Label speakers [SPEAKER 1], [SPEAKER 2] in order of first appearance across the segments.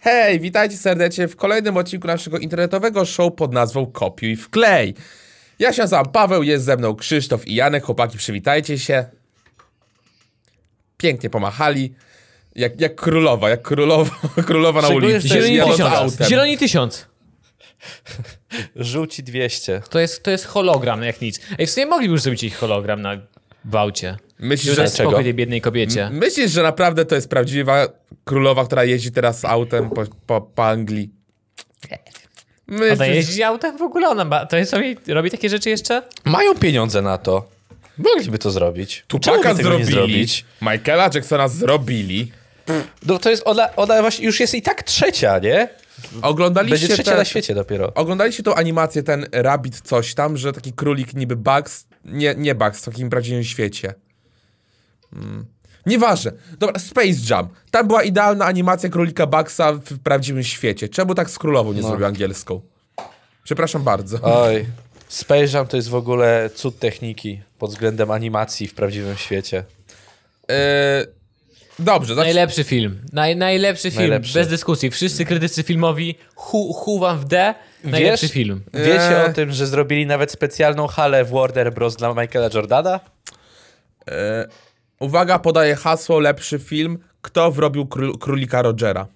[SPEAKER 1] Hej, witajcie serdecznie w kolejnym odcinku naszego internetowego show pod nazwą Kopiuj w klej. Ja się nazywam Paweł, jest ze mną Krzysztof i Janek. Chłopaki, przywitajcie się. Pięknie pomachali. Jak, jak królowa, jak królowa, królowa na
[SPEAKER 2] Szczególnie,
[SPEAKER 1] ulicy.
[SPEAKER 2] że to jest
[SPEAKER 3] Zieloni
[SPEAKER 1] jadąc
[SPEAKER 3] tysiąc.
[SPEAKER 1] autem.
[SPEAKER 3] Zieloni tysiąc.
[SPEAKER 2] Żółci 200.
[SPEAKER 3] To jest, to jest hologram jak nic. Ej, w sumie mogliby już zrobić ich hologram na bałcie.
[SPEAKER 1] Myślisz,
[SPEAKER 3] Już
[SPEAKER 1] że,
[SPEAKER 3] dać
[SPEAKER 2] Dlaczego?
[SPEAKER 3] spokój tej biednej kobiecie.
[SPEAKER 1] myślisz, że naprawdę to jest prawdziwa królowa, która jeździ teraz autem po, po, po Anglii?
[SPEAKER 3] Ona
[SPEAKER 1] Myślisz,
[SPEAKER 3] jeździ autem w ogóle, ona ma, to jest, robi, robi takie rzeczy jeszcze?
[SPEAKER 1] Znaczy-
[SPEAKER 2] Mają pieniądze na to. Mogliby to zrobić. Czemu by
[SPEAKER 1] Tupaka
[SPEAKER 2] tego nie
[SPEAKER 1] zrobili,
[SPEAKER 2] zrobić?
[SPEAKER 1] Michaela Jacksona zrobili.
[SPEAKER 2] No to jest, ona, ona właśnie już jest i tak trzecia, nie? Będzie
[SPEAKER 1] Oglądaliście,
[SPEAKER 2] trzecia
[SPEAKER 1] te,
[SPEAKER 2] na świecie dopiero.
[SPEAKER 1] oglądaliście tą animację, ten rabbit coś tam, że taki królik niby Bugs, nie, nie Bugs, w takim prawdziwym świecie. Mm. Nieważne. Dobra, Space Jam. Tam była idealna animacja królika Bugsa w, w prawdziwym świecie. Czemu tak z królową
[SPEAKER 2] No.
[SPEAKER 1] nie zrobił angielską? Przepraszam bardzo.
[SPEAKER 2] Oj, Space Jam to jest w ogóle cud techniki pod względem animacji w prawdziwym świecie.
[SPEAKER 1] E, dobrze, znaczy, zacz...
[SPEAKER 3] Najlepszy film. Naj, najlepszy film,
[SPEAKER 2] Najlepszy.
[SPEAKER 3] bez dyskusji. Wszyscy krytycy filmowi, hu, hu wam w D, najlepszy film.
[SPEAKER 2] Wiecie
[SPEAKER 1] Eee.
[SPEAKER 2] o tym, że zrobili nawet specjalną halę w Warner Bros. dla Michaela Jordana?
[SPEAKER 1] uwaga, podaję hasło, lepszy film. Kto wrobił kró- królika Rogera?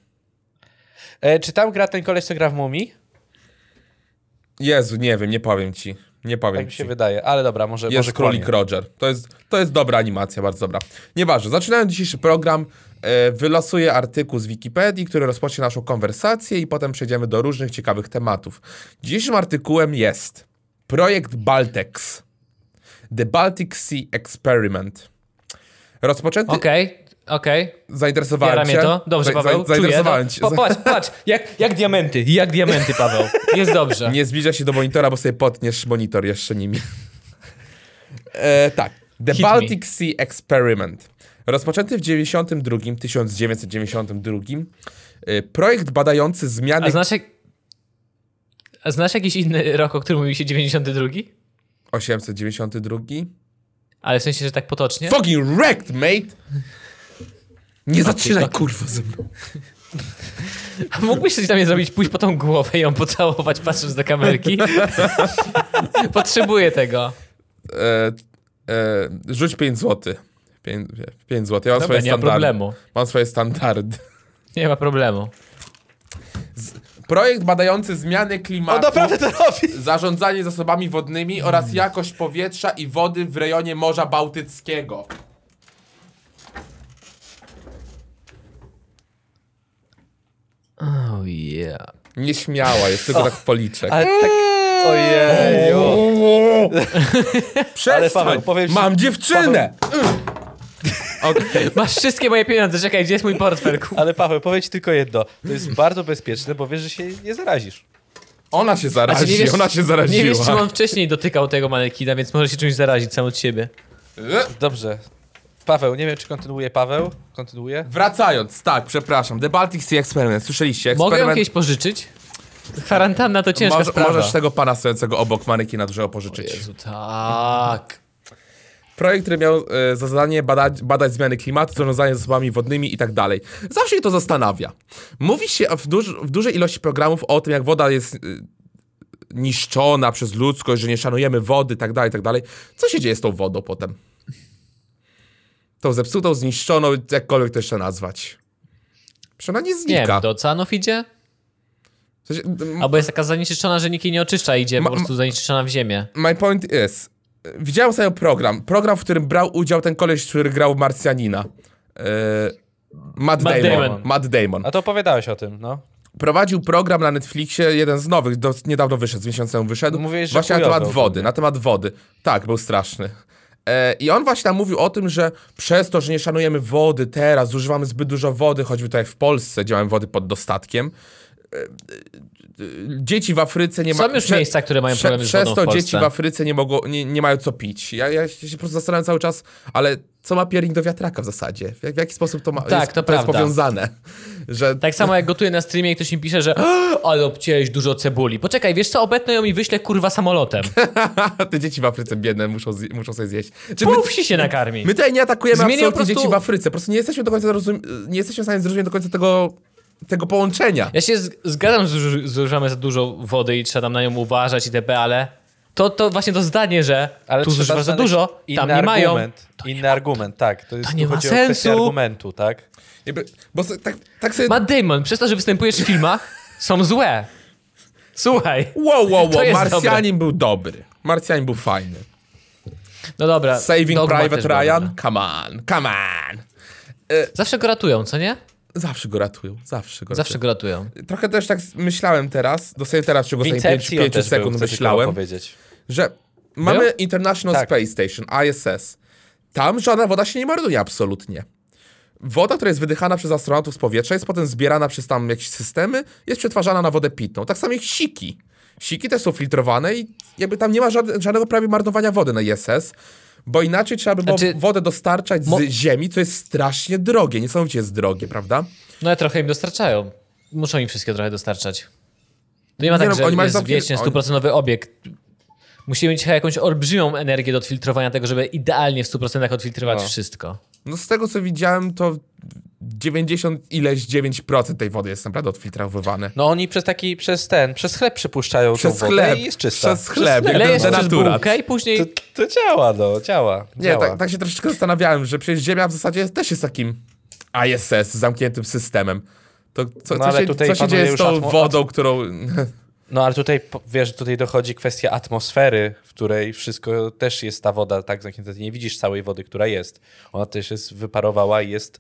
[SPEAKER 2] E, czy tam gra ten koleś, co gra w Mumii?
[SPEAKER 1] Jezu, nie wiem, nie powiem ci. Nie powiem
[SPEAKER 2] Tak mi
[SPEAKER 1] ci.
[SPEAKER 2] się wydaje, ale dobra, może
[SPEAKER 1] Jest
[SPEAKER 2] może
[SPEAKER 1] Królik
[SPEAKER 2] kłamie.
[SPEAKER 1] Roger. To jest, to jest dobra animacja, bardzo dobra. Nieważne, zaczynając dzisiejszy program, e, wylosuję artykuł z Wikipedii, który rozpocznie naszą konwersację i potem przejdziemy do różnych ciekawych tematów. Dzisiejszym artykułem jest projekt Baltex. The Baltic Sea Experiment. Rozpoczęty...
[SPEAKER 3] Okej, okej.
[SPEAKER 1] Zainteresowałem
[SPEAKER 3] Jara mnie
[SPEAKER 1] cię.
[SPEAKER 3] to.
[SPEAKER 1] Za-
[SPEAKER 3] Dobrze,
[SPEAKER 1] za-
[SPEAKER 3] Paweł, czuję.
[SPEAKER 1] zainteresowałem
[SPEAKER 3] No,
[SPEAKER 1] cię.
[SPEAKER 3] po, patrz, patrz, jak, jak diamenty, jak diamenty, Paweł. Jest dobrze.
[SPEAKER 1] Nie zbliża się do monitora, bo sobie potniesz monitor jeszcze nimi. e, tak. The
[SPEAKER 3] Hit me.
[SPEAKER 1] Baltic Sea Experiment. Rozpoczęty w 92, 1992 e, projekt badający zmiany.
[SPEAKER 3] A znasz, jak... A znasz jakiś inny rok, o którym mówi się 92?
[SPEAKER 1] 892.
[SPEAKER 3] Ale w sensie, że tak potocznie?
[SPEAKER 1] Fucking wrecked, mate! Nie zaczynaj, kurwa, ze mną.
[SPEAKER 3] Mógłbyś coś tam nie zrobić, pójść po tą głowę i ją pocałować, patrząc do kamerki? Potrzebuję tego.
[SPEAKER 1] E, e, rzuć 5 zł. 5, zł. Ja mam
[SPEAKER 3] Dobra,
[SPEAKER 1] swoje
[SPEAKER 3] nie ma
[SPEAKER 1] standardy.
[SPEAKER 3] problemu.
[SPEAKER 1] Mam swoje standardy.
[SPEAKER 3] Nie ma problemu.
[SPEAKER 1] Projekt badający zmiany
[SPEAKER 2] O,
[SPEAKER 1] klimatu.
[SPEAKER 2] naprawdę to robi!
[SPEAKER 1] Zarządzanie zasobami wodnymi
[SPEAKER 2] Mm.
[SPEAKER 1] oraz jakość powietrza i wody w rejonie Morza Bałtyckiego.
[SPEAKER 3] Oh yeah.
[SPEAKER 1] Nieśmiała, jest tylko tak w policzek.
[SPEAKER 2] Ale tak... Ojeju.
[SPEAKER 1] Przestań!
[SPEAKER 2] ale Paweł, powiem ci-
[SPEAKER 1] Mam dziewczynę! Okej.
[SPEAKER 3] Masz wszystkie moje pieniądze, czekaj, gdzie jest mój portfel? Ku-
[SPEAKER 2] Ale Paweł, powiem ci tylko jedno. To jest bardzo bezpieczne, bo wiesz, że się nie zarazisz.
[SPEAKER 1] Ona się zarazi,
[SPEAKER 3] Znaczy, nie wiesz-
[SPEAKER 1] ona się
[SPEAKER 3] Nie wiesz, czy
[SPEAKER 1] zaraziła.
[SPEAKER 3] on wcześniej dotykał tego manekina, więc może się czymś zarazić sam od siebie.
[SPEAKER 1] E,
[SPEAKER 2] Dobrze. Paweł, nie wiem, czy kontynuuje Paweł. Kontynuuje?
[SPEAKER 1] Wracając, tak, przepraszam. The Baltic Sea Experiment, słyszeliście?
[SPEAKER 3] Mogę ją
[SPEAKER 1] Eksperyment...
[SPEAKER 3] kiedyś pożyczyć? Kwarantanna to ciężka
[SPEAKER 1] Może,
[SPEAKER 3] sprawa.
[SPEAKER 1] możesz tego pana stojącego obok manekina dużego pożyczyć.
[SPEAKER 3] Jezu, tak.
[SPEAKER 1] Projekt, który miał e, za zadanie badać, badać zmiany klimatu, zarządzanie zasobami wodnymi i tak dalej. Zawsze mnie to zastanawia. Mówi się w, duż, w dużej ilości programów o tym, jak woda jest e, niszczona przez ludzkość, że nie szanujemy wody, tak dalej, tak dalej. Co się dzieje z tą wodą potem? Tą zepsutą, zniszczoną, jakkolwiek to jeszcze nazwać. Przecież ona nie
[SPEAKER 3] Nie
[SPEAKER 1] znika.
[SPEAKER 3] wiem, do oceanów idzie?
[SPEAKER 1] W sensie, m-
[SPEAKER 3] Albo jest taka zanieczyszczona, że nikt jej nie oczyszcza, idzie
[SPEAKER 1] Ma-
[SPEAKER 3] po prostu zanieczyszczona w ziemię.
[SPEAKER 1] My point is, widziałem sobie program, program, w którym brał udział ten koleś, który grał Marsjanina. Yy, Matt,
[SPEAKER 3] Matt
[SPEAKER 1] Damon.
[SPEAKER 3] Damon.
[SPEAKER 1] Matt Damon.
[SPEAKER 2] A to opowiadałeś o tym, no.
[SPEAKER 1] Prowadził program na Netflixie, jeden z nowych, do, niedawno wyszedł, z miesiąca temu wyszedł.
[SPEAKER 3] No
[SPEAKER 2] Mówiłeś, że
[SPEAKER 1] właśnie na
[SPEAKER 2] chujowy
[SPEAKER 1] temat
[SPEAKER 2] ogólnie.
[SPEAKER 1] wody, na temat wody. Tak, był straszny. E, I on właśnie tam mówił o tym, że przez to, że nie szanujemy wody teraz, zużywamy zbyt dużo wody, choćby tutaj w Polsce działamy wody pod dostatkiem. e, e, e, Dzieci w Afryce nie ma...
[SPEAKER 3] Są już
[SPEAKER 1] prze-
[SPEAKER 3] miejsca, które mają
[SPEAKER 1] prze-
[SPEAKER 3] problemy z
[SPEAKER 1] Przez
[SPEAKER 3] wodą w
[SPEAKER 1] to
[SPEAKER 3] Polsce.
[SPEAKER 1] dzieci w Afryce nie, mogą, nie, nie mają co pić. Ja, ja się po prostu zastanawiam cały czas, ale co ma piernik do wiatraka w zasadzie? W, jak, w jaki sposób to ma...
[SPEAKER 3] Tak,
[SPEAKER 1] jest,
[SPEAKER 3] to
[SPEAKER 1] jest
[SPEAKER 3] prawda.
[SPEAKER 1] powiązane. Że
[SPEAKER 3] Tak samo jak gotuję na streamie i ktoś mi pisze, że "O, ale obcięłeś dużo cebuli. Poczekaj, wiesz co, obetnę ją i wyślę kurwa samolotem.
[SPEAKER 1] Te dzieci w Afryce biedne muszą, zje- muszą sobie zjeść. Czy my,
[SPEAKER 3] Pół wsi się nakarmi.
[SPEAKER 1] my tutaj nie atakujemy
[SPEAKER 3] Zmienią
[SPEAKER 1] absolutnie
[SPEAKER 3] po prostu-
[SPEAKER 1] dzieci w Afryce. Po prostu nie jesteśmy do końca zrozum- nie jesteśmy w stanie zrozumieć do końca tego tego połączenia.
[SPEAKER 3] Ja się z- zgadzam, że zuży- zużywamy za dużo wody i trzeba tam na nią uważać itp., ale to, to właśnie to zdanie, że
[SPEAKER 2] Ale
[SPEAKER 3] tu
[SPEAKER 2] trzeba
[SPEAKER 3] zużywasz za
[SPEAKER 2] znaleźć
[SPEAKER 3] dużo,
[SPEAKER 2] inny
[SPEAKER 3] tam nie mają.
[SPEAKER 2] argument, Inny argument, tak. To, jest,
[SPEAKER 3] nie
[SPEAKER 2] tu
[SPEAKER 3] ma
[SPEAKER 2] chodzi o kwestię
[SPEAKER 3] sensu.
[SPEAKER 2] argumentu, tak?
[SPEAKER 1] Jakby, bo se- tak, tak sobie...
[SPEAKER 3] Matt Damon, przez to, że występujesz w filmach, są złe. Słuchaj.
[SPEAKER 1] Wow, wow,
[SPEAKER 3] To
[SPEAKER 1] wow,
[SPEAKER 3] jest
[SPEAKER 1] Marsjanin był dobry. Marsjanin był fajny.
[SPEAKER 3] No dobra.
[SPEAKER 1] Saving
[SPEAKER 3] Dogma też
[SPEAKER 1] Private
[SPEAKER 3] była
[SPEAKER 1] Ryan,
[SPEAKER 3] dobra. no.
[SPEAKER 1] come on, come on.
[SPEAKER 3] Zawsze go ratują, co nie?
[SPEAKER 1] Zawsze go ratują, zawsze go
[SPEAKER 3] Zawsze
[SPEAKER 1] ratują.
[SPEAKER 3] go ratują.
[SPEAKER 1] Trochę też tak s- myślałem teraz, dosłownie teraz w ciągu ostatnich
[SPEAKER 2] Inception
[SPEAKER 1] 5
[SPEAKER 2] też był,
[SPEAKER 1] sekund
[SPEAKER 2] chcę tylko
[SPEAKER 1] myślałem,
[SPEAKER 2] powiedzieć.
[SPEAKER 1] że mamy
[SPEAKER 3] Był?
[SPEAKER 1] International
[SPEAKER 2] Tak.
[SPEAKER 1] Space Station, ISS. Tam żadna woda się nie marnuje absolutnie. Woda, która jest wydychana przez astronautów z powietrza, jest potem zbierana przez tam jakieś systemy, jest przetwarzana na wodę pitną. Tak samo jak siki. Siki też są filtrowane i jakby tam nie ma żadne- żadnego prawie marnowania wody na ISS, bo inaczej trzeba by było
[SPEAKER 3] Znaczy-
[SPEAKER 1] wodę dostarczać z
[SPEAKER 3] Mo-
[SPEAKER 1] ziemi, co jest strasznie drogie, niesamowicie jest drogie, prawda?
[SPEAKER 3] No ale trochę im dostarczają. Muszą im wszystkie trochę dostarczać. To nie ma
[SPEAKER 1] Nie
[SPEAKER 3] tak,
[SPEAKER 1] no, oni
[SPEAKER 3] że
[SPEAKER 1] mają
[SPEAKER 3] jest
[SPEAKER 1] zamknię-
[SPEAKER 3] wiecznie
[SPEAKER 1] oni-
[SPEAKER 3] stuprocentowy obiekt. Musimy mieć chyba jakąś olbrzymią energię do odfiltrowania tego, żeby idealnie w 100% odfiltrować
[SPEAKER 2] No.
[SPEAKER 3] wszystko.
[SPEAKER 1] No z tego co widziałem, to 90 ileś 9% tej wody jest naprawdę odfiltrowywane.
[SPEAKER 2] No oni przez taki, przez ten, przez chleb przypuszczają
[SPEAKER 1] Przez
[SPEAKER 2] tą wodę
[SPEAKER 1] chleb.
[SPEAKER 2] i jest czysta.
[SPEAKER 1] Przez chleb.
[SPEAKER 2] chleb. No,
[SPEAKER 1] Jak
[SPEAKER 3] Lejesz
[SPEAKER 1] to
[SPEAKER 3] przez
[SPEAKER 1] natura.
[SPEAKER 3] bułkę i później...
[SPEAKER 2] To, to działa, no, działa.
[SPEAKER 1] Nie,
[SPEAKER 2] działa.
[SPEAKER 1] tak, tak się troszeczkę zastanawiałem, że przecież Ziemia w zasadzie jest- też jest takim ISS, zamkniętym systemem. To co,
[SPEAKER 2] No,
[SPEAKER 1] co,
[SPEAKER 2] ale
[SPEAKER 1] się,
[SPEAKER 2] tutaj
[SPEAKER 1] co się
[SPEAKER 2] panuje
[SPEAKER 1] dzieje z
[SPEAKER 2] już
[SPEAKER 1] tą
[SPEAKER 2] atmo-
[SPEAKER 1] wodą, którą...
[SPEAKER 2] No ale tutaj, po- wiesz, tutaj dochodzi kwestia atmosfery, w której wszystko też jest ta woda, tak zamknięta. Ty nie widzisz całej wody, która jest. Ona też jest wyparowała i jest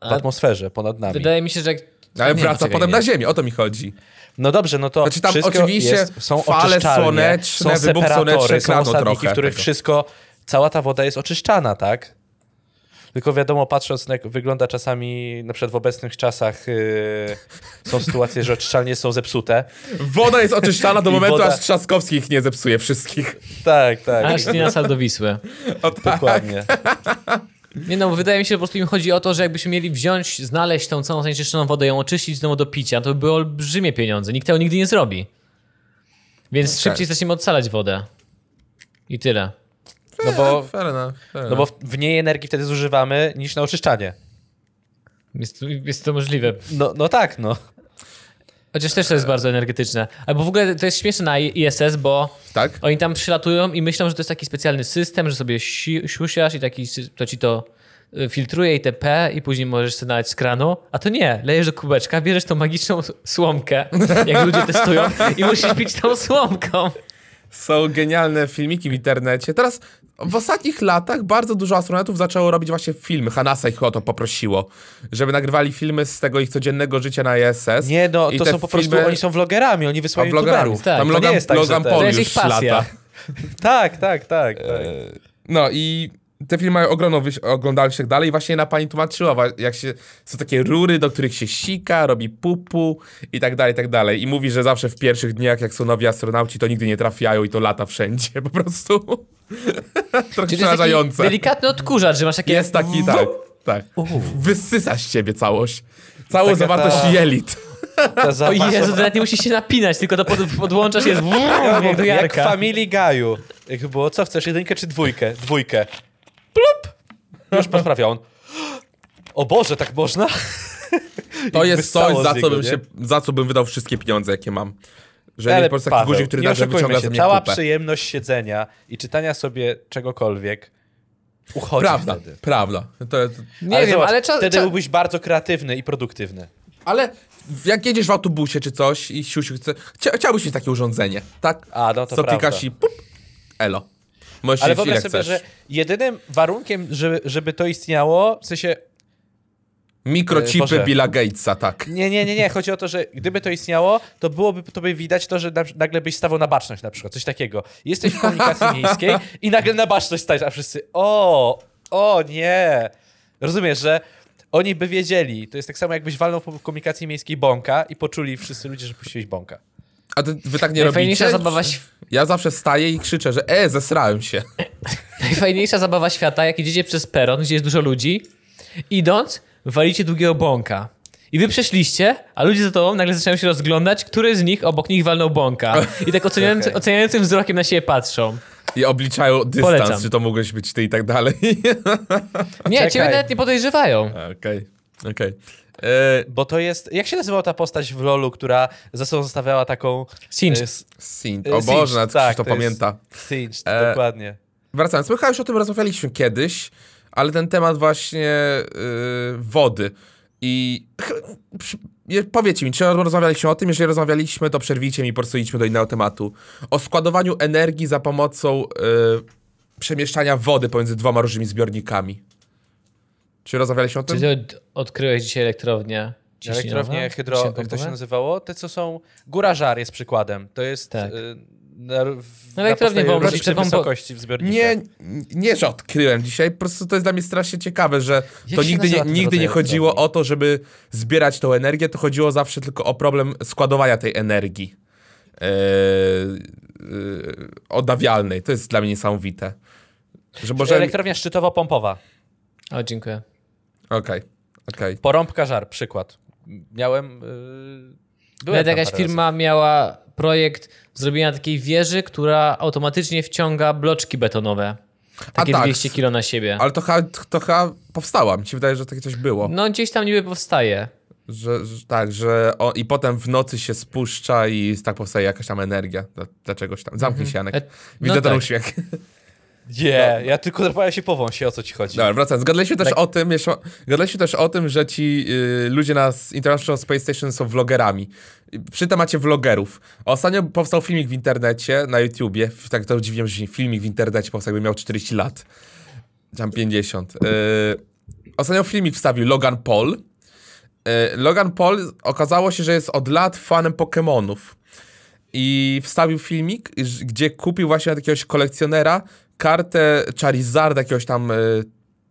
[SPEAKER 2] w atmosferze, ponad nami.
[SPEAKER 3] Wydaje mi się, że... jak-
[SPEAKER 1] No, Ale
[SPEAKER 3] Nie,
[SPEAKER 1] wraca
[SPEAKER 3] czekaj,
[SPEAKER 1] potem
[SPEAKER 3] nie.
[SPEAKER 1] na Ziemię, o to mi chodzi.
[SPEAKER 2] No dobrze, no to
[SPEAKER 1] Znaczy tam
[SPEAKER 2] wszystko
[SPEAKER 1] oczywiście
[SPEAKER 2] jest, są
[SPEAKER 1] fale
[SPEAKER 2] oczyszczalnie,
[SPEAKER 1] słoneczne,
[SPEAKER 2] są
[SPEAKER 1] wybuch
[SPEAKER 2] separatory,
[SPEAKER 1] słoneczny,
[SPEAKER 2] są
[SPEAKER 1] kranu
[SPEAKER 2] osadniki,
[SPEAKER 1] trochę tak,
[SPEAKER 2] w których
[SPEAKER 1] tego.
[SPEAKER 2] wszystko, cała ta woda jest oczyszczana, tak? Tylko wiadomo, patrząc na jak wygląda czasami, na przykład w obecnych czasach yy, są sytuacje, że oczyszczalnie są zepsute.
[SPEAKER 1] Woda jest oczyszczana do
[SPEAKER 2] I
[SPEAKER 1] momentu,
[SPEAKER 2] woda-
[SPEAKER 1] aż Trzaskowski ich nie zepsuje wszystkich.
[SPEAKER 2] Tak, tak,
[SPEAKER 3] Aż nie na sal do Wisły.
[SPEAKER 1] O, tak.
[SPEAKER 2] dokładnie.
[SPEAKER 3] Nie no, bo wydaje mi się, że po prostu im chodzi o to, że jakbyśmy mieli wziąć, znaleźć tą całą zanieczyszczoną wodę, ją oczyścić znowu do picia, to by były olbrzymie pieniądze. Nikt tego nigdy nie zrobi. Więc
[SPEAKER 1] No
[SPEAKER 3] szybciej
[SPEAKER 1] tak.
[SPEAKER 3] zaczniemy odsalać wodę. I tyle.
[SPEAKER 2] No bo,
[SPEAKER 1] Fair enough, fair
[SPEAKER 2] no bo w- w niej energii wtedy zużywamy niż na oczyszczanie.
[SPEAKER 3] Jest, jest to możliwe.
[SPEAKER 2] No, no tak, no.
[SPEAKER 3] Chociaż też to jest bardzo energetyczne. Albo w ogóle to jest śmieszne na ISS, bo
[SPEAKER 1] Tak?
[SPEAKER 3] oni tam przylatują i myślą, że to jest taki specjalny system, że sobie si- siusiasz i taki sy- to ci to y, filtruje itp. i później możesz sobie nalać z kranu, a to nie. Lejesz do kubeczka, bierzesz tą magiczną s- słomkę, jak ludzie testują i musisz pić tą słomką.
[SPEAKER 1] Są genialne filmiki w internecie. Teraz w ostatnich latach bardzo dużo astronautów zaczęło robić właśnie filmy. Hanasa ich o to poprosiło, żeby nagrywali filmy z tego ich codziennego życia na ISS.
[SPEAKER 2] Nie, no,
[SPEAKER 1] I
[SPEAKER 2] to
[SPEAKER 1] te
[SPEAKER 2] są po prostu,
[SPEAKER 1] filmy-
[SPEAKER 2] oni są vlogerami, oni
[SPEAKER 1] A
[SPEAKER 2] wysyłają
[SPEAKER 1] blogerami.
[SPEAKER 2] youtuberów.
[SPEAKER 3] Tak,
[SPEAKER 1] Tam
[SPEAKER 2] to
[SPEAKER 1] Logan,
[SPEAKER 2] nie jest tak, że
[SPEAKER 1] Logan
[SPEAKER 2] ten-
[SPEAKER 1] Paul
[SPEAKER 3] To jest
[SPEAKER 1] już
[SPEAKER 3] ich pasja.
[SPEAKER 1] lata.
[SPEAKER 2] Tak, tak, tak. tak.
[SPEAKER 1] No i te filmy mają ogromną wyś- oglądalność i tak dalej. I właśnie na pani tłumaczyła, wa- jak się, są takie rury, do których się sika, robi pupu i tak dalej, i tak dalej. I mówi, że zawsze w pierwszych dniach, jak są nowi astronauci, to nigdy nie trafiają i to lata wszędzie po prostu. Trochę
[SPEAKER 3] Czyli to jest taki
[SPEAKER 1] przerażające.
[SPEAKER 3] delikatny odkurzacz, że masz takie...
[SPEAKER 1] Jest taki, tak, tak. Wysysa z ciebie całość. Całą
[SPEAKER 2] Taka
[SPEAKER 1] zawartość
[SPEAKER 2] ta-
[SPEAKER 1] jelit.
[SPEAKER 2] Ta
[SPEAKER 3] O
[SPEAKER 2] zapasowa-
[SPEAKER 3] Jezu, to nawet nie musisz się napinać, tylko to pod, podłączasz jest
[SPEAKER 2] Ja
[SPEAKER 3] jak do
[SPEAKER 2] mówię, jak w
[SPEAKER 3] Jarka.
[SPEAKER 2] Family Guy'u. Jak było, co chcesz, jedynkę czy dwójkę? Dwójkę. Plup! Już potrafia on. O Boże, tak można?
[SPEAKER 1] To
[SPEAKER 2] I
[SPEAKER 1] jest
[SPEAKER 2] wyssało
[SPEAKER 1] coś, za
[SPEAKER 2] z
[SPEAKER 1] co,
[SPEAKER 2] niego,
[SPEAKER 1] bym
[SPEAKER 2] nie?
[SPEAKER 1] się, za co bym wydał wszystkie pieniądze, jakie mam. Że
[SPEAKER 2] Ale
[SPEAKER 1] nie po prostu taki
[SPEAKER 2] Paweł,
[SPEAKER 1] guzik, który
[SPEAKER 2] nie
[SPEAKER 1] nagle
[SPEAKER 2] oszukujmy
[SPEAKER 1] wyciąga
[SPEAKER 2] się,
[SPEAKER 1] ze mnie
[SPEAKER 2] Cała
[SPEAKER 1] kupę.
[SPEAKER 2] przyjemność siedzenia i czytania sobie czegokolwiek uchodzi
[SPEAKER 1] Prawda,
[SPEAKER 2] wtedy.
[SPEAKER 1] prawda. No To, to,
[SPEAKER 3] Nie wiem, ale czas...
[SPEAKER 2] Wtedy byłbyś bardzo kreatywny i produktywny.
[SPEAKER 1] ale w- jak jedziesz w autobusie czy coś i siusiu chce... Chcia, chciałbyś mieć takie urządzenie, tak?
[SPEAKER 2] A, no to
[SPEAKER 1] Co
[SPEAKER 2] prawda.
[SPEAKER 1] klikasz i pup, elo. Możesz
[SPEAKER 2] Ale
[SPEAKER 1] ale ile
[SPEAKER 2] wyobraź sobie,
[SPEAKER 1] chcesz.
[SPEAKER 2] że jedynym warunkiem, żeby, żeby to istniało, w sensie
[SPEAKER 1] Mikrochipy
[SPEAKER 2] E, Boże.
[SPEAKER 1] Billa Gatesa, tak.
[SPEAKER 2] Nie, nie, nie, nie. Chodzi o to, że gdyby to istniało, to byłoby tobie widać to, że na- nagle byś stawał na baczność na przykład, coś takiego. Jesteś w komunikacji miejskiej i nagle na baczność stajesz, a wszyscy o, o nie. Rozumiesz, że oni by wiedzieli. To jest tak samo jakbyś walnął w komunikacji miejskiej bąka i poczuli wszyscy ludzie, że puściłeś bąka.
[SPEAKER 1] A ty, wy tak nie
[SPEAKER 3] Najfajniejsza
[SPEAKER 1] robicie?
[SPEAKER 3] zabawa, św-
[SPEAKER 1] Ja zawsze staję i krzyczę, że e, zesrałem się.
[SPEAKER 3] Najfajniejsza zabawa świata, jak idziecie przez peron, gdzie jest dużo ludzi, idąc, walicie długiego bąka. I wy przeszliście, a ludzie za tobą nagle zaczynają się rozglądać, który z nich obok nich walnął bąka. I tak oceniający,
[SPEAKER 2] Okej.
[SPEAKER 3] oceniającym wzrokiem na siebie patrzą.
[SPEAKER 1] I obliczają dystans,
[SPEAKER 3] Polecam.
[SPEAKER 1] czy to mogłeś być ty i tak dalej.
[SPEAKER 3] Nie,
[SPEAKER 2] Czekaj.
[SPEAKER 3] ciebie nawet nie podejrzewają.
[SPEAKER 1] Okej, okej. E,
[SPEAKER 2] Bo to jest. Jak się nazywała ta postać w LoLu, która za sobą zostawiała taką.
[SPEAKER 3] Sinch.
[SPEAKER 2] e, s-
[SPEAKER 1] Sint.
[SPEAKER 2] e,
[SPEAKER 1] O
[SPEAKER 2] Sinch,
[SPEAKER 1] Boże, nawet
[SPEAKER 2] tak,
[SPEAKER 1] ktoś to
[SPEAKER 2] to jest-
[SPEAKER 1] pamięta.
[SPEAKER 2] Sinch,
[SPEAKER 1] E,
[SPEAKER 2] dokładnie.
[SPEAKER 1] Wracając, my chyba już o tym rozmawialiśmy kiedyś, ale ten temat właśnie yy, wody i ch- przy- je- powiedzcie mi, czy rozmawialiśmy o tym? Jeżeli rozmawialiśmy, to przerwijcie mi, po prostu idźmy do innego tematu. O składowaniu energii za pomocą yy, przemieszczania wody pomiędzy dwoma różnymi zbiornikami. Czy rozmawialiśmy o tym?
[SPEAKER 3] Czy ty od- odkryłeś dzisiaj elektrownię ciśnieniowa?
[SPEAKER 2] Elektrownie hydro. Jak to się
[SPEAKER 3] Ciśnieniowe?
[SPEAKER 2] nazywało? Te, co są. Góra żar jest przykładem. To jest.
[SPEAKER 3] Tak.
[SPEAKER 2] y, Na, w,
[SPEAKER 3] No
[SPEAKER 2] na
[SPEAKER 3] elektrownie
[SPEAKER 2] podstawie
[SPEAKER 3] wyobraź-
[SPEAKER 2] różnicy
[SPEAKER 3] wam-
[SPEAKER 2] wysokości w zbiornikach.
[SPEAKER 1] Nie,
[SPEAKER 3] Tak.
[SPEAKER 1] nie, że odkryłem dzisiaj, po prostu to jest dla mnie strasznie ciekawe, że
[SPEAKER 3] Jak
[SPEAKER 1] to
[SPEAKER 3] się
[SPEAKER 1] nigdy, nie,
[SPEAKER 3] nazywa ten
[SPEAKER 1] nigdy nie
[SPEAKER 3] rodzaj
[SPEAKER 1] chodziło
[SPEAKER 3] elektrowni?
[SPEAKER 1] o to, żeby zbierać tą energię, to chodziło zawsze tylko o problem składowania tej energii yy, yy, odnawialnej. To jest dla mnie niesamowite. Że może... Okej,
[SPEAKER 2] Elektrownia szczytowo-pompowa.
[SPEAKER 3] O, dziękuję.
[SPEAKER 1] okej.
[SPEAKER 2] Porąbka żar, przykład. Miałem. y, byłem
[SPEAKER 3] Nawet
[SPEAKER 2] tam parę
[SPEAKER 3] jakaś
[SPEAKER 2] razy.
[SPEAKER 3] firma miała projekt zrobienia takiej wieży, która automatycznie wciąga bloczki betonowe. Takie
[SPEAKER 1] tak.
[SPEAKER 3] 200 kilo na siebie.
[SPEAKER 1] Ale to chyba, to chyba powstała. Mi się wydaje, że takie coś było.
[SPEAKER 3] No gdzieś tam niby powstaje.
[SPEAKER 1] Że, że, tak, że o, i potem w nocy się spuszcza i tak powstaje jakaś tam energia dla, dla czegoś tam. Zamknij się, Janek.
[SPEAKER 3] E,
[SPEAKER 1] Widzę
[SPEAKER 3] no
[SPEAKER 1] ten
[SPEAKER 3] tak.
[SPEAKER 1] uśmiech.
[SPEAKER 2] Nie,
[SPEAKER 3] No.
[SPEAKER 2] ja tylko zapowiem się powąsie, o co ci chodzi.
[SPEAKER 1] Dobra, wracając. Gadaliśmy też
[SPEAKER 3] Tak.
[SPEAKER 1] o tym, jeszcze, gadaliśmy też o tym, że ci y, ludzie na s- International Space Station są vlogerami. Y, Przy temacie vlogerów. Ostatnio powstał filmik w internecie, na YouTubie. F- Tak to dziwnie brzmi. Filmik w internecie powstał, jakby miał 40 lat. Tam 50. Y, ostatnio filmik wstawił Logan Paul. Y, Logan Paul okazało się, że jest od lat fanem Pokemonów i wstawił filmik, ż- gdzie kupił właśnie od jakiegoś kolekcjonera kartę Charizarda, jakiegoś tam y,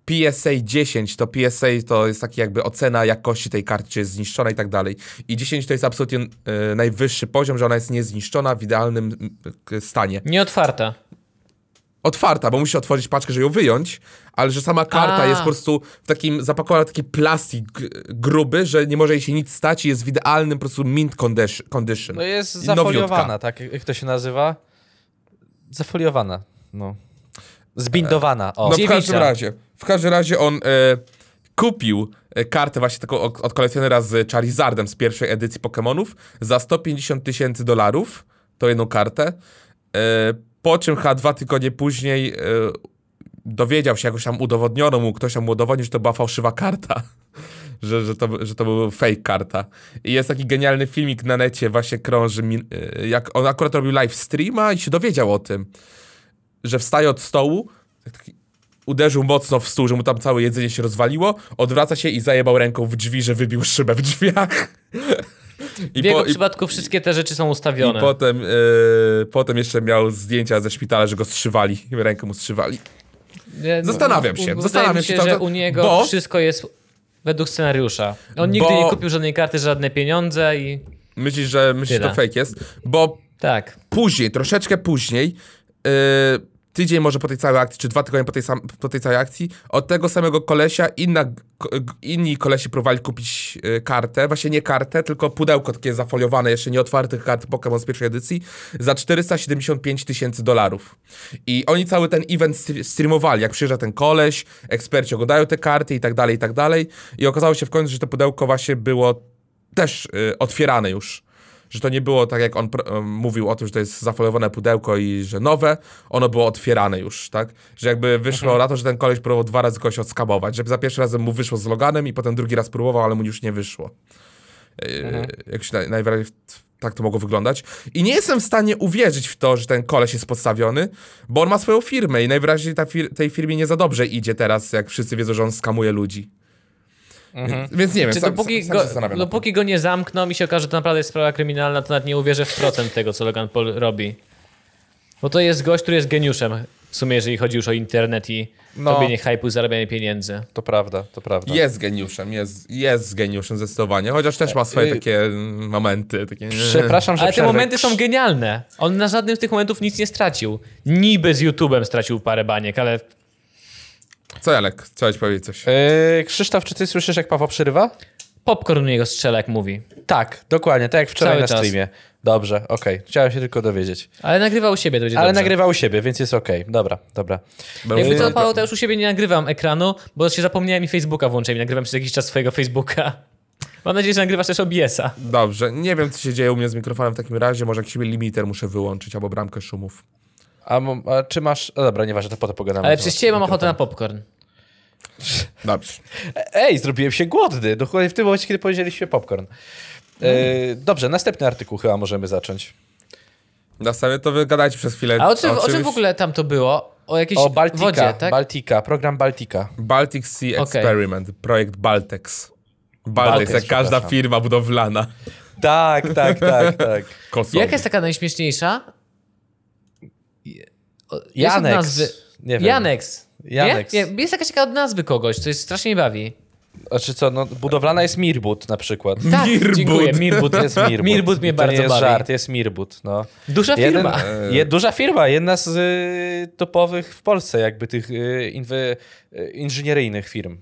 [SPEAKER 1] PSA 10. To PSA to jest taki jakby ocena jakości tej karty, czy jest zniszczona i tak dalej. I 10 to jest absolutnie y, najwyższy poziom, że ona jest niezniszczona w idealnym mm, k- stanie.
[SPEAKER 3] Nieotwarta.
[SPEAKER 1] Otwarta, bo musi otworzyć paczkę, żeby ją wyjąć, ale że sama karta
[SPEAKER 3] A.
[SPEAKER 1] jest po prostu w takim, zapakowana w taki plastik g- gruby, że nie może jej się nic stać i jest w idealnym po prostu mint condition. condition.
[SPEAKER 2] No jest
[SPEAKER 1] Nowiutka.
[SPEAKER 2] zafoliowana, tak? Jak to się nazywa? Zafoliowana. No. Zbindowana. O.
[SPEAKER 1] No w
[SPEAKER 3] Dziewica.
[SPEAKER 1] każdym razie, w każdym razie on e, kupił e, kartę właśnie taką od, od kolekcjonera z Charizardem z pierwszej edycji Pokémonów za 150 tysięcy dolarów, to jedną kartę, e, po czym chyba dwa tygodnie później e, dowiedział się, jakoś tam udowodniono mu, ktoś tam mu udowodnił, że to była fałszywa karta. Że, że, to, że to był fake karta. I jest taki genialny filmik na necie, właśnie krąży, mi- e, jak on akurat robił live streama i się dowiedział o tym że wstaje od stołu, tak- taki- uderzył mocno w stół, że mu tam całe jedzenie się rozwaliło, odwraca się i zajebał ręką w drzwi, że wybił szybę w drzwiach. I,
[SPEAKER 3] W jego
[SPEAKER 1] i,
[SPEAKER 3] przypadku wszystkie te rzeczy są
[SPEAKER 1] i
[SPEAKER 3] ustawione.
[SPEAKER 1] potem, e, potem jeszcze miał zdjęcia ze szpitala, że go strzywali, rękę mu strzywali.
[SPEAKER 3] Ja-
[SPEAKER 1] Zastanawiam się,
[SPEAKER 3] u- no, wydaje
[SPEAKER 1] zastanawiam
[SPEAKER 3] mi
[SPEAKER 1] się,
[SPEAKER 3] że
[SPEAKER 1] to-
[SPEAKER 3] u niego
[SPEAKER 1] bo-
[SPEAKER 3] wszystko jest według scenariusza. On nigdy
[SPEAKER 1] Bo-
[SPEAKER 3] nie kupił żadnej karty, żadne pieniądze i
[SPEAKER 1] Myślisz, że, myślisz, że to
[SPEAKER 3] Tyle.
[SPEAKER 1] fake jest? Bo
[SPEAKER 3] tak.
[SPEAKER 1] później, troszeczkę później, yy, tydzień może po tej całej akcji, czy dwa tygodnie po tej, sam, po tej całej akcji, od tego samego kolesia inna, ko- g- inni kolesi próbowali kupić yy, kartę, właśnie nie kartę, tylko pudełko takie zafoliowane, jeszcze nieotwartych kart Pokémon z pierwszej edycji, za 475 tysięcy dolarów. I oni cały ten event str- streamowali, jak przyjeżdża ten koleś, eksperci oglądają te karty i tak dalej, i tak dalej. I okazało się w końcu, że to pudełko właśnie było też y, otwierane już. Że to nie było tak, jak on pr- y, mówił o tym, że to jest zafoliowane pudełko i że nowe, ono było otwierane już, tak? Że jakby wyszło
[SPEAKER 3] Mhm.
[SPEAKER 1] na to, że ten koleś próbował dwa razy kogoś odskabować, że za pierwszym razem mu wyszło z Loganem i potem drugi raz próbował, ale mu już nie wyszło. Y,
[SPEAKER 3] Mhm.
[SPEAKER 1] Jak się naj- najwyraźniej w- tak to mogło wyglądać. I nie jestem w stanie uwierzyć w to, że ten koleś jest podstawiony, bo on ma swoją firmę i najwyraźniej ta fir- tej firmie nie za dobrze idzie teraz, jak wszyscy wiedzą, że on skamuje ludzi. Więc, więc nie wiem,
[SPEAKER 3] Mhm. Czy
[SPEAKER 1] sam,
[SPEAKER 3] dopóki,
[SPEAKER 1] sam, sam
[SPEAKER 3] go,
[SPEAKER 1] się zastanawiam. nad tym.
[SPEAKER 3] dopóki go nie zamkną i się okaże, że to naprawdę jest sprawa kryminalna, to nawet nie uwierzę w procent tego, co Logan Paul robi. Bo to jest gość, który jest geniuszem w sumie, jeżeli chodzi już o internet i
[SPEAKER 2] No.
[SPEAKER 3] robienie hype'u, zarabianie pieniędzy.
[SPEAKER 2] To prawda, to prawda.
[SPEAKER 3] Tak.
[SPEAKER 1] Jest geniuszem, jest, jest geniuszem zdecydowanie, chociaż też ma
[SPEAKER 3] E,
[SPEAKER 1] swoje
[SPEAKER 2] Yy,
[SPEAKER 1] takie mm, momenty. Takie...
[SPEAKER 2] Przepraszam, że
[SPEAKER 3] Ale te
[SPEAKER 2] przerwę.
[SPEAKER 3] momenty są genialne. On na żadnym z tych momentów nic nie stracił. Niby z YouTube'em stracił parę baniek, ale
[SPEAKER 1] Co Jalek, chciałeś powiedzieć
[SPEAKER 3] E,
[SPEAKER 1] coś?
[SPEAKER 2] Yy, Krzysztof, czy ty słyszysz, jak Paweł przerywa?
[SPEAKER 3] popcorn u niego strzela, jak mówi.
[SPEAKER 2] Tak, dokładnie, tak jak wczoraj
[SPEAKER 3] Cały
[SPEAKER 2] na
[SPEAKER 3] czas.
[SPEAKER 2] streamie. Dobrze, okej. Chciałem się tylko dowiedzieć.
[SPEAKER 3] Ale nagrywał u siebie, to będzie
[SPEAKER 2] Ale
[SPEAKER 3] dobrze.
[SPEAKER 2] nagrywał u siebie, więc jest okej. Dobra, dobra.
[SPEAKER 1] Bo
[SPEAKER 3] Jakby
[SPEAKER 1] mówię,
[SPEAKER 3] co, Paweł, to już u siebie nie nagrywam ekranu, bo się zapomniałem i Facebooka włączyłem i nagrywam przez jakiś czas swojego Facebooka. Mam nadzieję, że nagrywasz też OBS-a.
[SPEAKER 2] No
[SPEAKER 1] Dobrze, nie wiem, co się dzieje u mnie z mikrofonem w takim razie. Może jakiś limiter muszę wyłączyć albo bramkę szumów.
[SPEAKER 2] A, mo- a czy masz... A dobra, nieważne, to potem pogadamy.
[SPEAKER 3] Ale przez
[SPEAKER 2] Zobacz,
[SPEAKER 3] ciebie mam
[SPEAKER 2] jak to tak.
[SPEAKER 3] ochotę na
[SPEAKER 2] tam.
[SPEAKER 3] popcorn.
[SPEAKER 1] Dobrze.
[SPEAKER 2] Ej, zrobiłem się głodny. Dokładnie w tym momencie, kiedy powiedzieliście popcorn. E,
[SPEAKER 3] Mm.
[SPEAKER 2] dobrze, następny artykuł chyba możemy zacząć.
[SPEAKER 1] Na samym to wygadajcie przez chwilę.
[SPEAKER 3] A o czym, o czym
[SPEAKER 1] Oczywiście
[SPEAKER 3] w ogóle tam to było? O jakiejś
[SPEAKER 2] O, Baltika.
[SPEAKER 3] wodzie, tak?
[SPEAKER 2] Baltika, program Baltika.
[SPEAKER 1] Baltic Sea Experiment, projekt Baltex. Baltex,
[SPEAKER 2] Baltex,
[SPEAKER 1] jak każda
[SPEAKER 2] przepraszam.
[SPEAKER 1] firma budowlana.
[SPEAKER 2] Tak, tak, tak, tak.
[SPEAKER 1] Kosol.
[SPEAKER 3] Jaka jest taka najśmieszniejsza? Jest od
[SPEAKER 2] Janek.
[SPEAKER 3] nazwy.
[SPEAKER 2] Nie wiem.
[SPEAKER 3] Janeks.
[SPEAKER 2] Janeks.
[SPEAKER 3] Nie? Nie, Jest jakaś taka od nazwy kogoś, co jest strasznie mnie bawi.
[SPEAKER 2] Znaczy co, no, budowlana jest Mirbut na przykład.
[SPEAKER 3] Tak,
[SPEAKER 1] Mirbud.
[SPEAKER 3] dziękuję. Mirbut.
[SPEAKER 2] Jest Mirbut.
[SPEAKER 3] Mirbut mnie
[SPEAKER 2] to
[SPEAKER 3] bardzo
[SPEAKER 2] nie jest
[SPEAKER 3] bawi.
[SPEAKER 2] żart, jest Mirbut, no.
[SPEAKER 3] Duża
[SPEAKER 2] Jeden- e,
[SPEAKER 3] firma.
[SPEAKER 2] Je, duża firma, jedna z y, topowych w Polsce jakby tych y, inwe- y, inżynieryjnych firm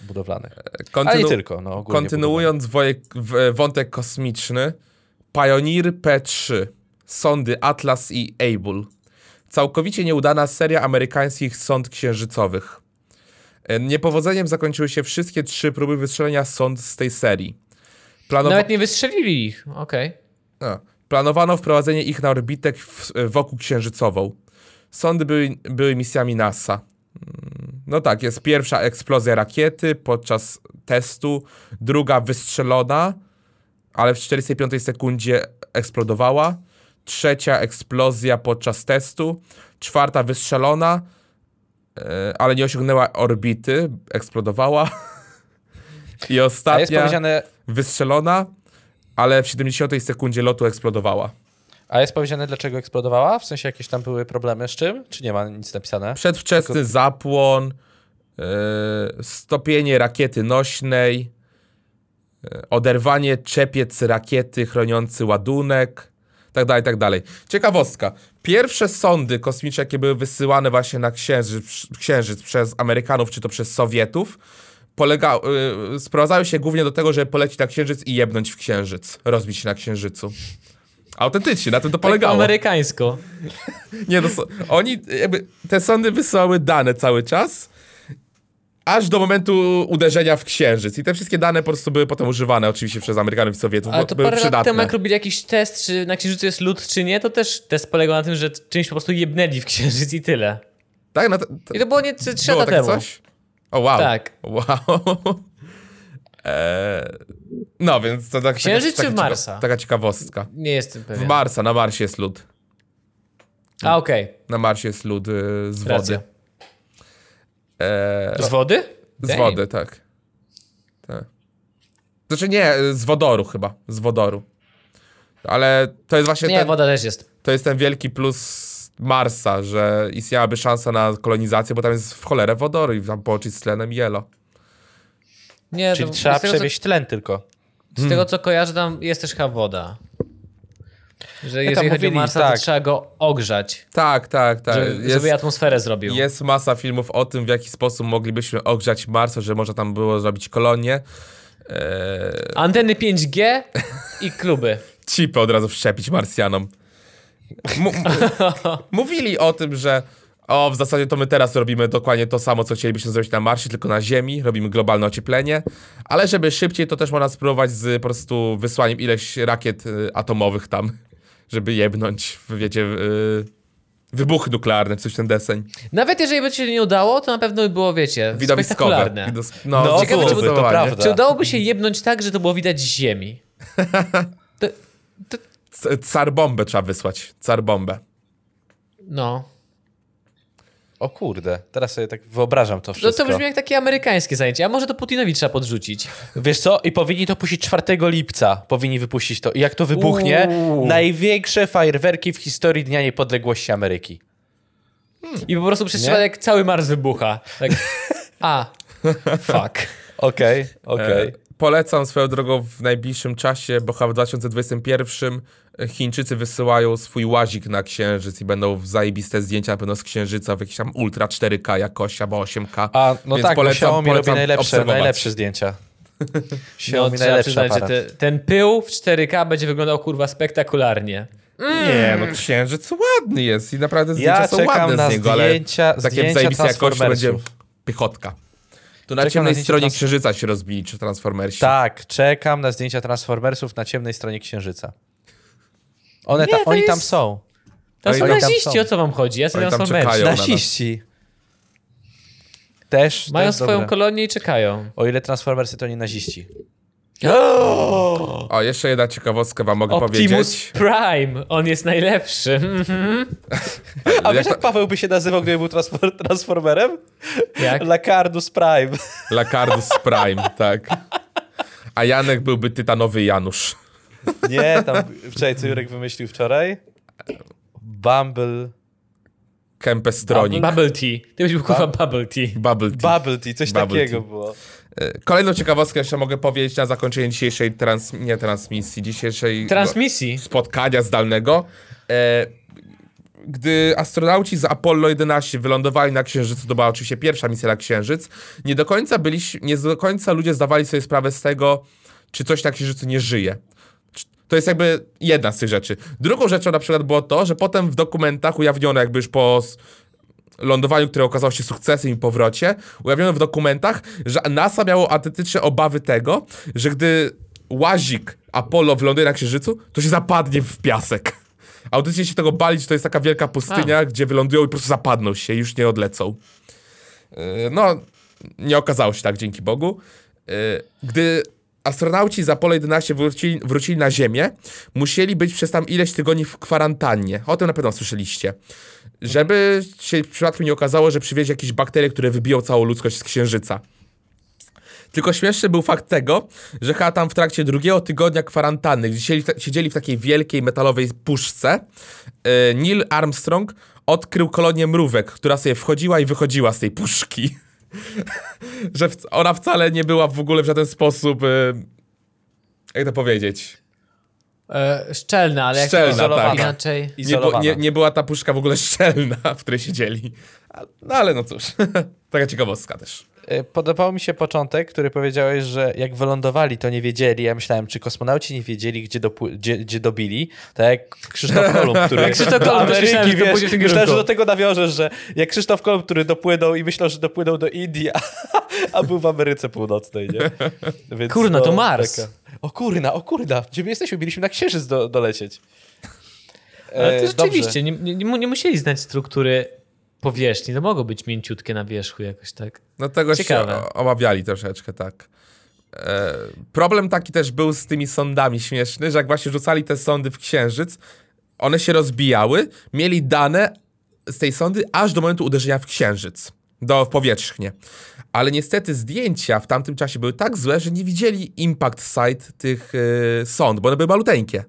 [SPEAKER 2] budowlanych. Ale nie tylko, no ogólnie.
[SPEAKER 1] Kontynuując wojek, w, e, wątek kosmiczny, Pioneer P3, sondy Atlas i Able. Całkowicie nieudana seria amerykańskich sond księżycowych. E, Niepowodzeniem zakończyły się wszystkie trzy próby wystrzelenia sond z tej serii.
[SPEAKER 2] No
[SPEAKER 1] Planowa-
[SPEAKER 3] Nawet nie wystrzelili ich. Okej.
[SPEAKER 1] A. Planowano wprowadzenie ich na orbitę w, wokół księżycową. Sondy były, były misjami NASA. Mm, No tak, jest pierwsza eksplozja rakiety podczas testu, druga wystrzelona, ale w 45 sekundzie eksplodowała, trzecia eksplozja podczas testu, czwarta wystrzelona, e, ale nie osiągnęła orbity, eksplodowała. I
[SPEAKER 2] A jest
[SPEAKER 1] ostatnia
[SPEAKER 2] powiedziane,
[SPEAKER 1] wystrzelona, ale w 70 sekundzie lotu eksplodowała.
[SPEAKER 2] a jest powiedziane dlaczego eksplodowała? W sensie jakieś tam były problemy z czym? Czy nie ma nic napisane?
[SPEAKER 1] Przedwczesny zapłon, yy, stopienie rakiety nośnej, yy, oderwanie czepiec rakiety chroniący ładunek, tak dalej, tak dalej. Ciekawostka. Pierwsze sondy kosmiczne, jakie były wysyłane właśnie na księżyc, księżyc przez Amerykanów, czy to przez Sowietów, polega, yy, sprowadzały się głównie do tego, żeby polecić na księżyc i jebnąć w księżyc, rozbić się na księżycu. Autentycznie, na tym to
[SPEAKER 3] Tak po
[SPEAKER 1] polegało.
[SPEAKER 3] amerykańsko.
[SPEAKER 1] Nie, to są, oni, jakby, te sądy wysyłały dane cały czas, aż do momentu uderzenia w księżyc. I te wszystkie dane po prostu były potem używane oczywiście przez Amerykanów i Sowietów,
[SPEAKER 3] Ale
[SPEAKER 1] bo
[SPEAKER 3] to
[SPEAKER 1] były
[SPEAKER 3] parę lat
[SPEAKER 1] przydatne.
[SPEAKER 3] temu, jak robili jakiś test, czy na księżycu jest lód, czy nie, to też test polegał na tym, że czymś po prostu jebnęli w księżyc i tyle.
[SPEAKER 1] Tak, no to, to
[SPEAKER 3] I to było tak nie trzy trzy
[SPEAKER 1] było
[SPEAKER 3] lata
[SPEAKER 1] takie
[SPEAKER 3] temu.
[SPEAKER 1] coś? O, wow.
[SPEAKER 3] Tak.
[SPEAKER 1] Wow. Eee, no, więc to tak,
[SPEAKER 3] Księżyc
[SPEAKER 1] taka,
[SPEAKER 3] czy w
[SPEAKER 1] taka cieka-
[SPEAKER 3] Marsa?
[SPEAKER 1] Taka ciekawostka.
[SPEAKER 3] Nie jestem
[SPEAKER 1] W
[SPEAKER 3] pewien.
[SPEAKER 1] Marsa, na Marsie jest lód.
[SPEAKER 3] A okej,
[SPEAKER 1] Na Marsie jest lód yy, z
[SPEAKER 3] Racja.
[SPEAKER 1] wody. Eee,
[SPEAKER 3] z wody?
[SPEAKER 1] Z
[SPEAKER 3] Damn.
[SPEAKER 1] wody, tak. tak. Znaczy nie, y, z wodoru chyba, z wodoru. Ale to jest właśnie
[SPEAKER 3] Nie,
[SPEAKER 1] ten,
[SPEAKER 3] woda też jest.
[SPEAKER 1] to jest ten wielki plus Marsa, że istniałaby szansa na kolonizację, bo tam jest w cholerę wodoru i tam połączyć z tlenem jelo.
[SPEAKER 3] Nie,
[SPEAKER 2] Czyli
[SPEAKER 3] to,
[SPEAKER 2] trzeba
[SPEAKER 3] z tego, co-
[SPEAKER 2] przewieźć tlen tylko.
[SPEAKER 3] Z tego co kojarzę, tam jest też chyba woda. Że jeżeli chodzi o
[SPEAKER 2] mówili,
[SPEAKER 3] Marsa,
[SPEAKER 2] tak.
[SPEAKER 3] to trzeba go ogrzać,
[SPEAKER 1] Tak, tak, tak.
[SPEAKER 3] żeby,
[SPEAKER 1] jest,
[SPEAKER 3] żeby atmosferę zrobił.
[SPEAKER 1] jest masa filmów o tym, w jaki sposób moglibyśmy ogrzać Marsa, że można tam było zrobić kolonie. Eee,
[SPEAKER 3] Anteny 5G i kluby.
[SPEAKER 1] chipy od razu wszczepić Marsjanom. M- m- mówili o tym, że o, w zasadzie to my teraz robimy dokładnie to samo, co chcielibyśmy zrobić na Marsie, tylko na Ziemi, robimy globalne ocieplenie, ale żeby szybciej, to też można spróbować z po prostu wysłaniem ileś rakiet y, atomowych tam, żeby jebnąć, w- wiecie, y, wybuch nuklearny, coś w ten deseń.
[SPEAKER 3] Nawet jeżeli by ci się nie udało, to na pewno by było, wiecie,
[SPEAKER 1] Widowiskowe.
[SPEAKER 3] spektakularne.
[SPEAKER 1] Widos-
[SPEAKER 2] No,
[SPEAKER 3] ciekawe, czy
[SPEAKER 1] zdecydowanie.
[SPEAKER 2] to prawda.
[SPEAKER 3] Czy udałoby się jebnąć tak, że to było widać z ziemi?
[SPEAKER 1] C- Car bombę trzeba wysłać, car bombę.
[SPEAKER 3] No.
[SPEAKER 2] O kurde, teraz sobie tak wyobrażam to
[SPEAKER 3] No
[SPEAKER 2] wszystko.
[SPEAKER 3] to brzmi jak takie amerykańskie zajęcie. A może to Putinowi trzeba podrzucić?
[SPEAKER 2] Wiesz co? I powinni to puścić 4 lipca. Powinni wypuścić to. I jak to wybuchnie,
[SPEAKER 1] Uuu.
[SPEAKER 2] największe fajerwerki w historii Dnia Niepodległości Ameryki.
[SPEAKER 3] I po prostu przez
[SPEAKER 2] Nie?
[SPEAKER 3] przypadek cały Mars wybucha. Tak. A. Fuck.
[SPEAKER 2] Okej, okej.
[SPEAKER 1] E, Polecam swoją drogą w najbliższym czasie, bo chyba w 2021 e, Chińczycy wysyłają swój łazik na księżyc i będą w zajebiste zdjęcia na pewno z księżyca w jakichś tam ultra 4K jakości albo 8K.
[SPEAKER 2] A, no
[SPEAKER 1] Więc
[SPEAKER 2] tak,
[SPEAKER 1] polecam-
[SPEAKER 2] polecam, Xiaomi robi
[SPEAKER 1] polecam
[SPEAKER 2] najlepsze,
[SPEAKER 1] obserwować.
[SPEAKER 2] najlepsze zdjęcia.
[SPEAKER 3] No,
[SPEAKER 2] Xiaomi
[SPEAKER 3] trzeba
[SPEAKER 2] najlepszy
[SPEAKER 3] przyznać, że
[SPEAKER 2] aparat.
[SPEAKER 3] te, ten pył w 4K będzie wyglądał kurwa spektakularnie.
[SPEAKER 1] Nie, no księżyc ładny jest i naprawdę zdjęcia
[SPEAKER 2] Ja
[SPEAKER 1] są
[SPEAKER 2] czekam
[SPEAKER 1] ładne
[SPEAKER 2] na
[SPEAKER 1] z niego,
[SPEAKER 2] zdjęcia-
[SPEAKER 1] ale takie
[SPEAKER 2] zdjęcia
[SPEAKER 1] w zajebistej jakości będzie
[SPEAKER 2] Transformersów.
[SPEAKER 1] piechotka. To na
[SPEAKER 2] Czekam
[SPEAKER 1] ciemnej
[SPEAKER 2] na zdjęcie
[SPEAKER 1] stronie
[SPEAKER 2] trans-
[SPEAKER 1] księżyca się rozbili, czy transformersi.
[SPEAKER 2] Tak, czekam na zdjęcia Transformersów na ciemnej stronie Księżyca. One
[SPEAKER 3] Nie,
[SPEAKER 2] ta,
[SPEAKER 3] to
[SPEAKER 2] oni tam
[SPEAKER 3] jest-
[SPEAKER 2] są.
[SPEAKER 3] To są
[SPEAKER 1] Oni tam
[SPEAKER 3] naziści,
[SPEAKER 2] są.
[SPEAKER 3] o co wam chodzi? Ja sobie
[SPEAKER 1] Oni tam
[SPEAKER 3] transformersi.
[SPEAKER 1] czekają. na nas.
[SPEAKER 2] Naziści. Też.
[SPEAKER 3] Mają
[SPEAKER 2] też
[SPEAKER 3] swoją
[SPEAKER 2] dobre.
[SPEAKER 3] kolonię i czekają.
[SPEAKER 2] O ile Transformersy to nie naziści.
[SPEAKER 1] O, jeszcze jedna ciekawostka wam mogę
[SPEAKER 3] Optimus
[SPEAKER 1] powiedzieć.
[SPEAKER 3] Prime, on jest najlepszy. Mhm.
[SPEAKER 2] A
[SPEAKER 1] Jak
[SPEAKER 2] wiesz,
[SPEAKER 1] to-
[SPEAKER 2] jak Paweł by się nazywał, gdyby był transfor- Transformerem? Tak?
[SPEAKER 3] Jak?
[SPEAKER 2] Lakardus Prime.
[SPEAKER 1] Lakardus Prime, tak. A Janek byłby tytanowy Janusz.
[SPEAKER 2] Nie, tam wczoraj, co Jurek wymyślił wczoraj? Bumble,
[SPEAKER 1] Kempestronik.
[SPEAKER 3] Bubble Tea. Ty byś był kurwa Bubble Tea.
[SPEAKER 1] Bubble tea.
[SPEAKER 2] Bubble Tea, coś
[SPEAKER 1] Bubble
[SPEAKER 2] takiego
[SPEAKER 1] tea.
[SPEAKER 2] było.
[SPEAKER 1] E, Kolejną ciekawostkę jeszcze mogę powiedzieć na zakończenie dzisiejszej trans... nie transmisji, dzisiejszej
[SPEAKER 3] Transmisji.
[SPEAKER 1] spotkania zdalnego. E, gdy astronauci z Apollo 11 wylądowali na Księżycu, to była oczywiście pierwsza misja na Księżyc, nie do końca byliś, nie do końca ludzie zdawali sobie sprawę z tego, czy coś na Księżycu nie żyje. Czy- To jest jakby jedna z tych rzeczy. Drugą rzeczą na przykład było to, że potem w dokumentach ujawniono jakby już po s- lądowaniu, które okazało się sukcesem i powrocie, ujawniono w dokumentach, że NASA miało atetyczne obawy tego, że gdy łazik Apollo wyląduje na Księżycu, to się zapadnie w piasek. Audycznie się tego bali, że to jest taka wielka pustynia, gdzie wylądują i po prostu zapadną się, już nie odlecą. Yy, No, nie okazało się tak, dzięki Bogu. Yy, Gdy astronauci z Apollo 11 wrócili, wrócili na Ziemię, musieli być przez tam ileś tygodni w kwarantannie. O tym na pewno słyszeliście. Żeby się przypadkiem nie okazało, że przywieźli jakieś bakterie, które wybiją całą ludzkość z Księżyca. Tylko śmieszny był fakt tego, że chyba tam w trakcie drugiego tygodnia kwarantanny, gdzie siedzieli, siedzieli w takiej wielkiej metalowej puszce, e, Neil Armstrong odkrył kolonię mrówek, która sobie wchodziła i wychodziła z tej puszki. że w, ona wcale nie była w ogóle w żaden sposób, e, jak to powiedzieć,
[SPEAKER 3] E, szczelna, ale jak
[SPEAKER 1] Szczelna,
[SPEAKER 3] izolowana.
[SPEAKER 1] tak.
[SPEAKER 3] inaczej.
[SPEAKER 1] nie, bu-
[SPEAKER 2] Izolowana.
[SPEAKER 1] nie, nie była ta puszka w ogóle szczelna, w której siedzieli. A- No ale no cóż, taka ciekawostka też.
[SPEAKER 2] Y, Podobał mi się początek, który powiedziałeś, że jak wylądowali, to nie wiedzieli. Ja myślałem, czy kosmonauci nie wiedzieli, gdzie, dopły- gdzie, gdzie dobili. Tak jak Krzysztof Kolumb, który
[SPEAKER 3] Krzysztof Kolumb,
[SPEAKER 2] do
[SPEAKER 3] też myślałem, że to
[SPEAKER 2] wiesz,
[SPEAKER 3] pójdzie w tym
[SPEAKER 2] myślałem,
[SPEAKER 3] kierunku.
[SPEAKER 2] że do tego nawiążesz, że jak Krzysztof Kolumb, który dopłynął i myślał, że dopłynął do Indii, a, a był w Ameryce Północnej, nie? Więc
[SPEAKER 3] Kurna, to Mars.
[SPEAKER 2] O kurna, o kurna. Gdzie my jesteśmy? Mieliśmy na Księżyc do, dolecieć.
[SPEAKER 3] Ale to
[SPEAKER 2] E,
[SPEAKER 3] rzeczywiście, nie, nie, nie mu- nie musieli znać struktury powierzchni. To mogą być mięciutkie na wierzchu jakoś tak.
[SPEAKER 1] No tego
[SPEAKER 3] Ciekawe.
[SPEAKER 1] się o- omawiali troszeczkę, tak. E, problem taki też był z tymi sondami śmieszny, że jak właśnie rzucali te sondy w księżyc, one się rozbijały, mieli dane z tej sondy aż do momentu uderzenia w księżyc, do w powierzchnię. Ale niestety zdjęcia w tamtym czasie były tak złe, że nie widzieli impact site tych e, sond, bo one były maluteńkie.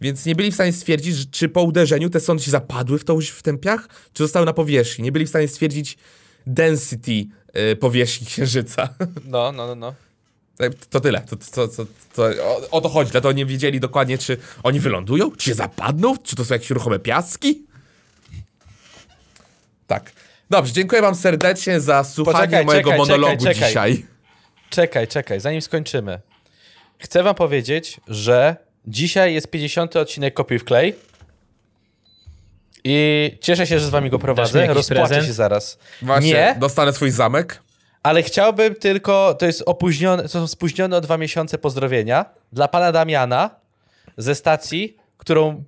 [SPEAKER 1] Więc nie byli w stanie stwierdzić, że- czy po uderzeniu te sondy się zapadły w, tą, w ten piach, czy zostały na powierzchni. Nie byli w stanie stwierdzić density y, powierzchni Księżyca.
[SPEAKER 2] No, no, no. no.
[SPEAKER 1] Tak, to tyle. To, to, to, to, o, o to chodzi. Dlatego nie wiedzieli dokładnie, czy oni wylądują, czy się zapadną, czy to są jakieś ruchome piaski. Tak. Dobrze, dziękuję wam serdecznie za słuchanie
[SPEAKER 2] Poczekaj,
[SPEAKER 1] mojego
[SPEAKER 2] czekaj,
[SPEAKER 1] monologu
[SPEAKER 2] czekaj, czekaj.
[SPEAKER 1] dzisiaj.
[SPEAKER 2] Czekaj, czekaj, zanim skończymy. Chcę wam powiedzieć, że dzisiaj jest 50. odcinek Kopiuj w klej. I cieszę się, że z wami go
[SPEAKER 3] mi
[SPEAKER 2] prowadzę.
[SPEAKER 3] jakiś
[SPEAKER 2] Rozpłaczę
[SPEAKER 3] prezent?
[SPEAKER 2] się zaraz.
[SPEAKER 1] Właśnie,
[SPEAKER 2] Nie,
[SPEAKER 1] dostanę swój zamek.
[SPEAKER 2] ale chciałbym tylko, to jest opóźnione, to są spóźnione o dwa miesiące pozdrowienia dla pana Damiana ze stacji, którą,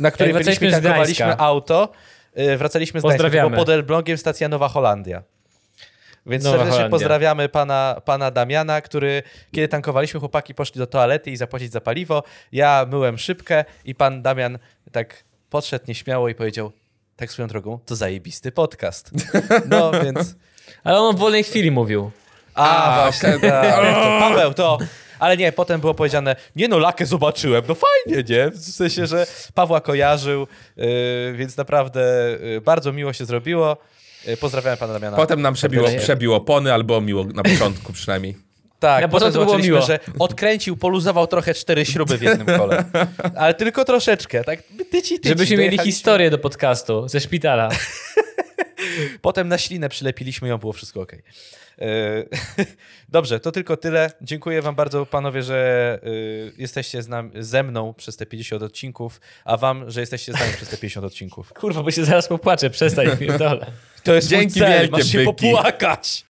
[SPEAKER 2] na której
[SPEAKER 3] wracaliśmy
[SPEAKER 2] byliśmy i
[SPEAKER 3] z Gdańska.
[SPEAKER 2] tankowaliśmy auto. Y, Wracaliśmy z Gdańska, to było
[SPEAKER 3] Pozdrawiamy.
[SPEAKER 2] pod Elblągiem stacja Nowa Holandia. Więc
[SPEAKER 3] Nowa
[SPEAKER 2] serdecznie
[SPEAKER 3] Holandia.
[SPEAKER 2] pozdrawiamy pana, pana Damiana, który kiedy tankowaliśmy, chłopaki poszli do toalety i zapłacić za paliwo. Ja myłem szybkę i pan Damian tak podszedł nieśmiało i powiedział, tak swoją drogą, to zajebisty podcast. No więc...
[SPEAKER 3] Ale on w wolnej chwili mówił.
[SPEAKER 2] A,
[SPEAKER 1] A,
[SPEAKER 2] właśnie,
[SPEAKER 1] okej.
[SPEAKER 2] tak. To Paweł, to... Ale nie, potem było powiedziane, nie no, lakę zobaczyłem, no fajnie, nie? W sensie, że Pawła kojarzył, yy, więc naprawdę yy, bardzo miło się zrobiło. Yy, pozdrawiamy pana Damiana.
[SPEAKER 1] Potem nam przebiło,
[SPEAKER 3] nie.
[SPEAKER 1] przebiło pony, albo miło na początku przynajmniej.
[SPEAKER 2] tak,
[SPEAKER 3] Na
[SPEAKER 2] potem
[SPEAKER 3] początku było
[SPEAKER 2] zobaczyliśmy,
[SPEAKER 3] miło.
[SPEAKER 2] że odkręcił, poluzował trochę cztery śruby w jednym kole. Ale tylko troszeczkę, tak tyci, tyci.
[SPEAKER 3] Żebyśmy mieli
[SPEAKER 2] dojechaliśmy.
[SPEAKER 3] historię do podcastu ze szpitala.
[SPEAKER 2] Potem na ślinę przylepiliśmy ją, było wszystko ok. Dobrze, to tylko tyle. Dziękuję Wam bardzo, panowie, że yy, jesteście z nam, ze mną przez te 50 odcinków, a Wam, że jesteście z nami przez te 50 odcinków.
[SPEAKER 3] Kurwa, bo się zaraz popłaczę, przestań, pierdolę.
[SPEAKER 2] To jest
[SPEAKER 1] Dzięki
[SPEAKER 2] mój cel,
[SPEAKER 1] wielkie,
[SPEAKER 2] masz się
[SPEAKER 1] byki.
[SPEAKER 2] popłakać.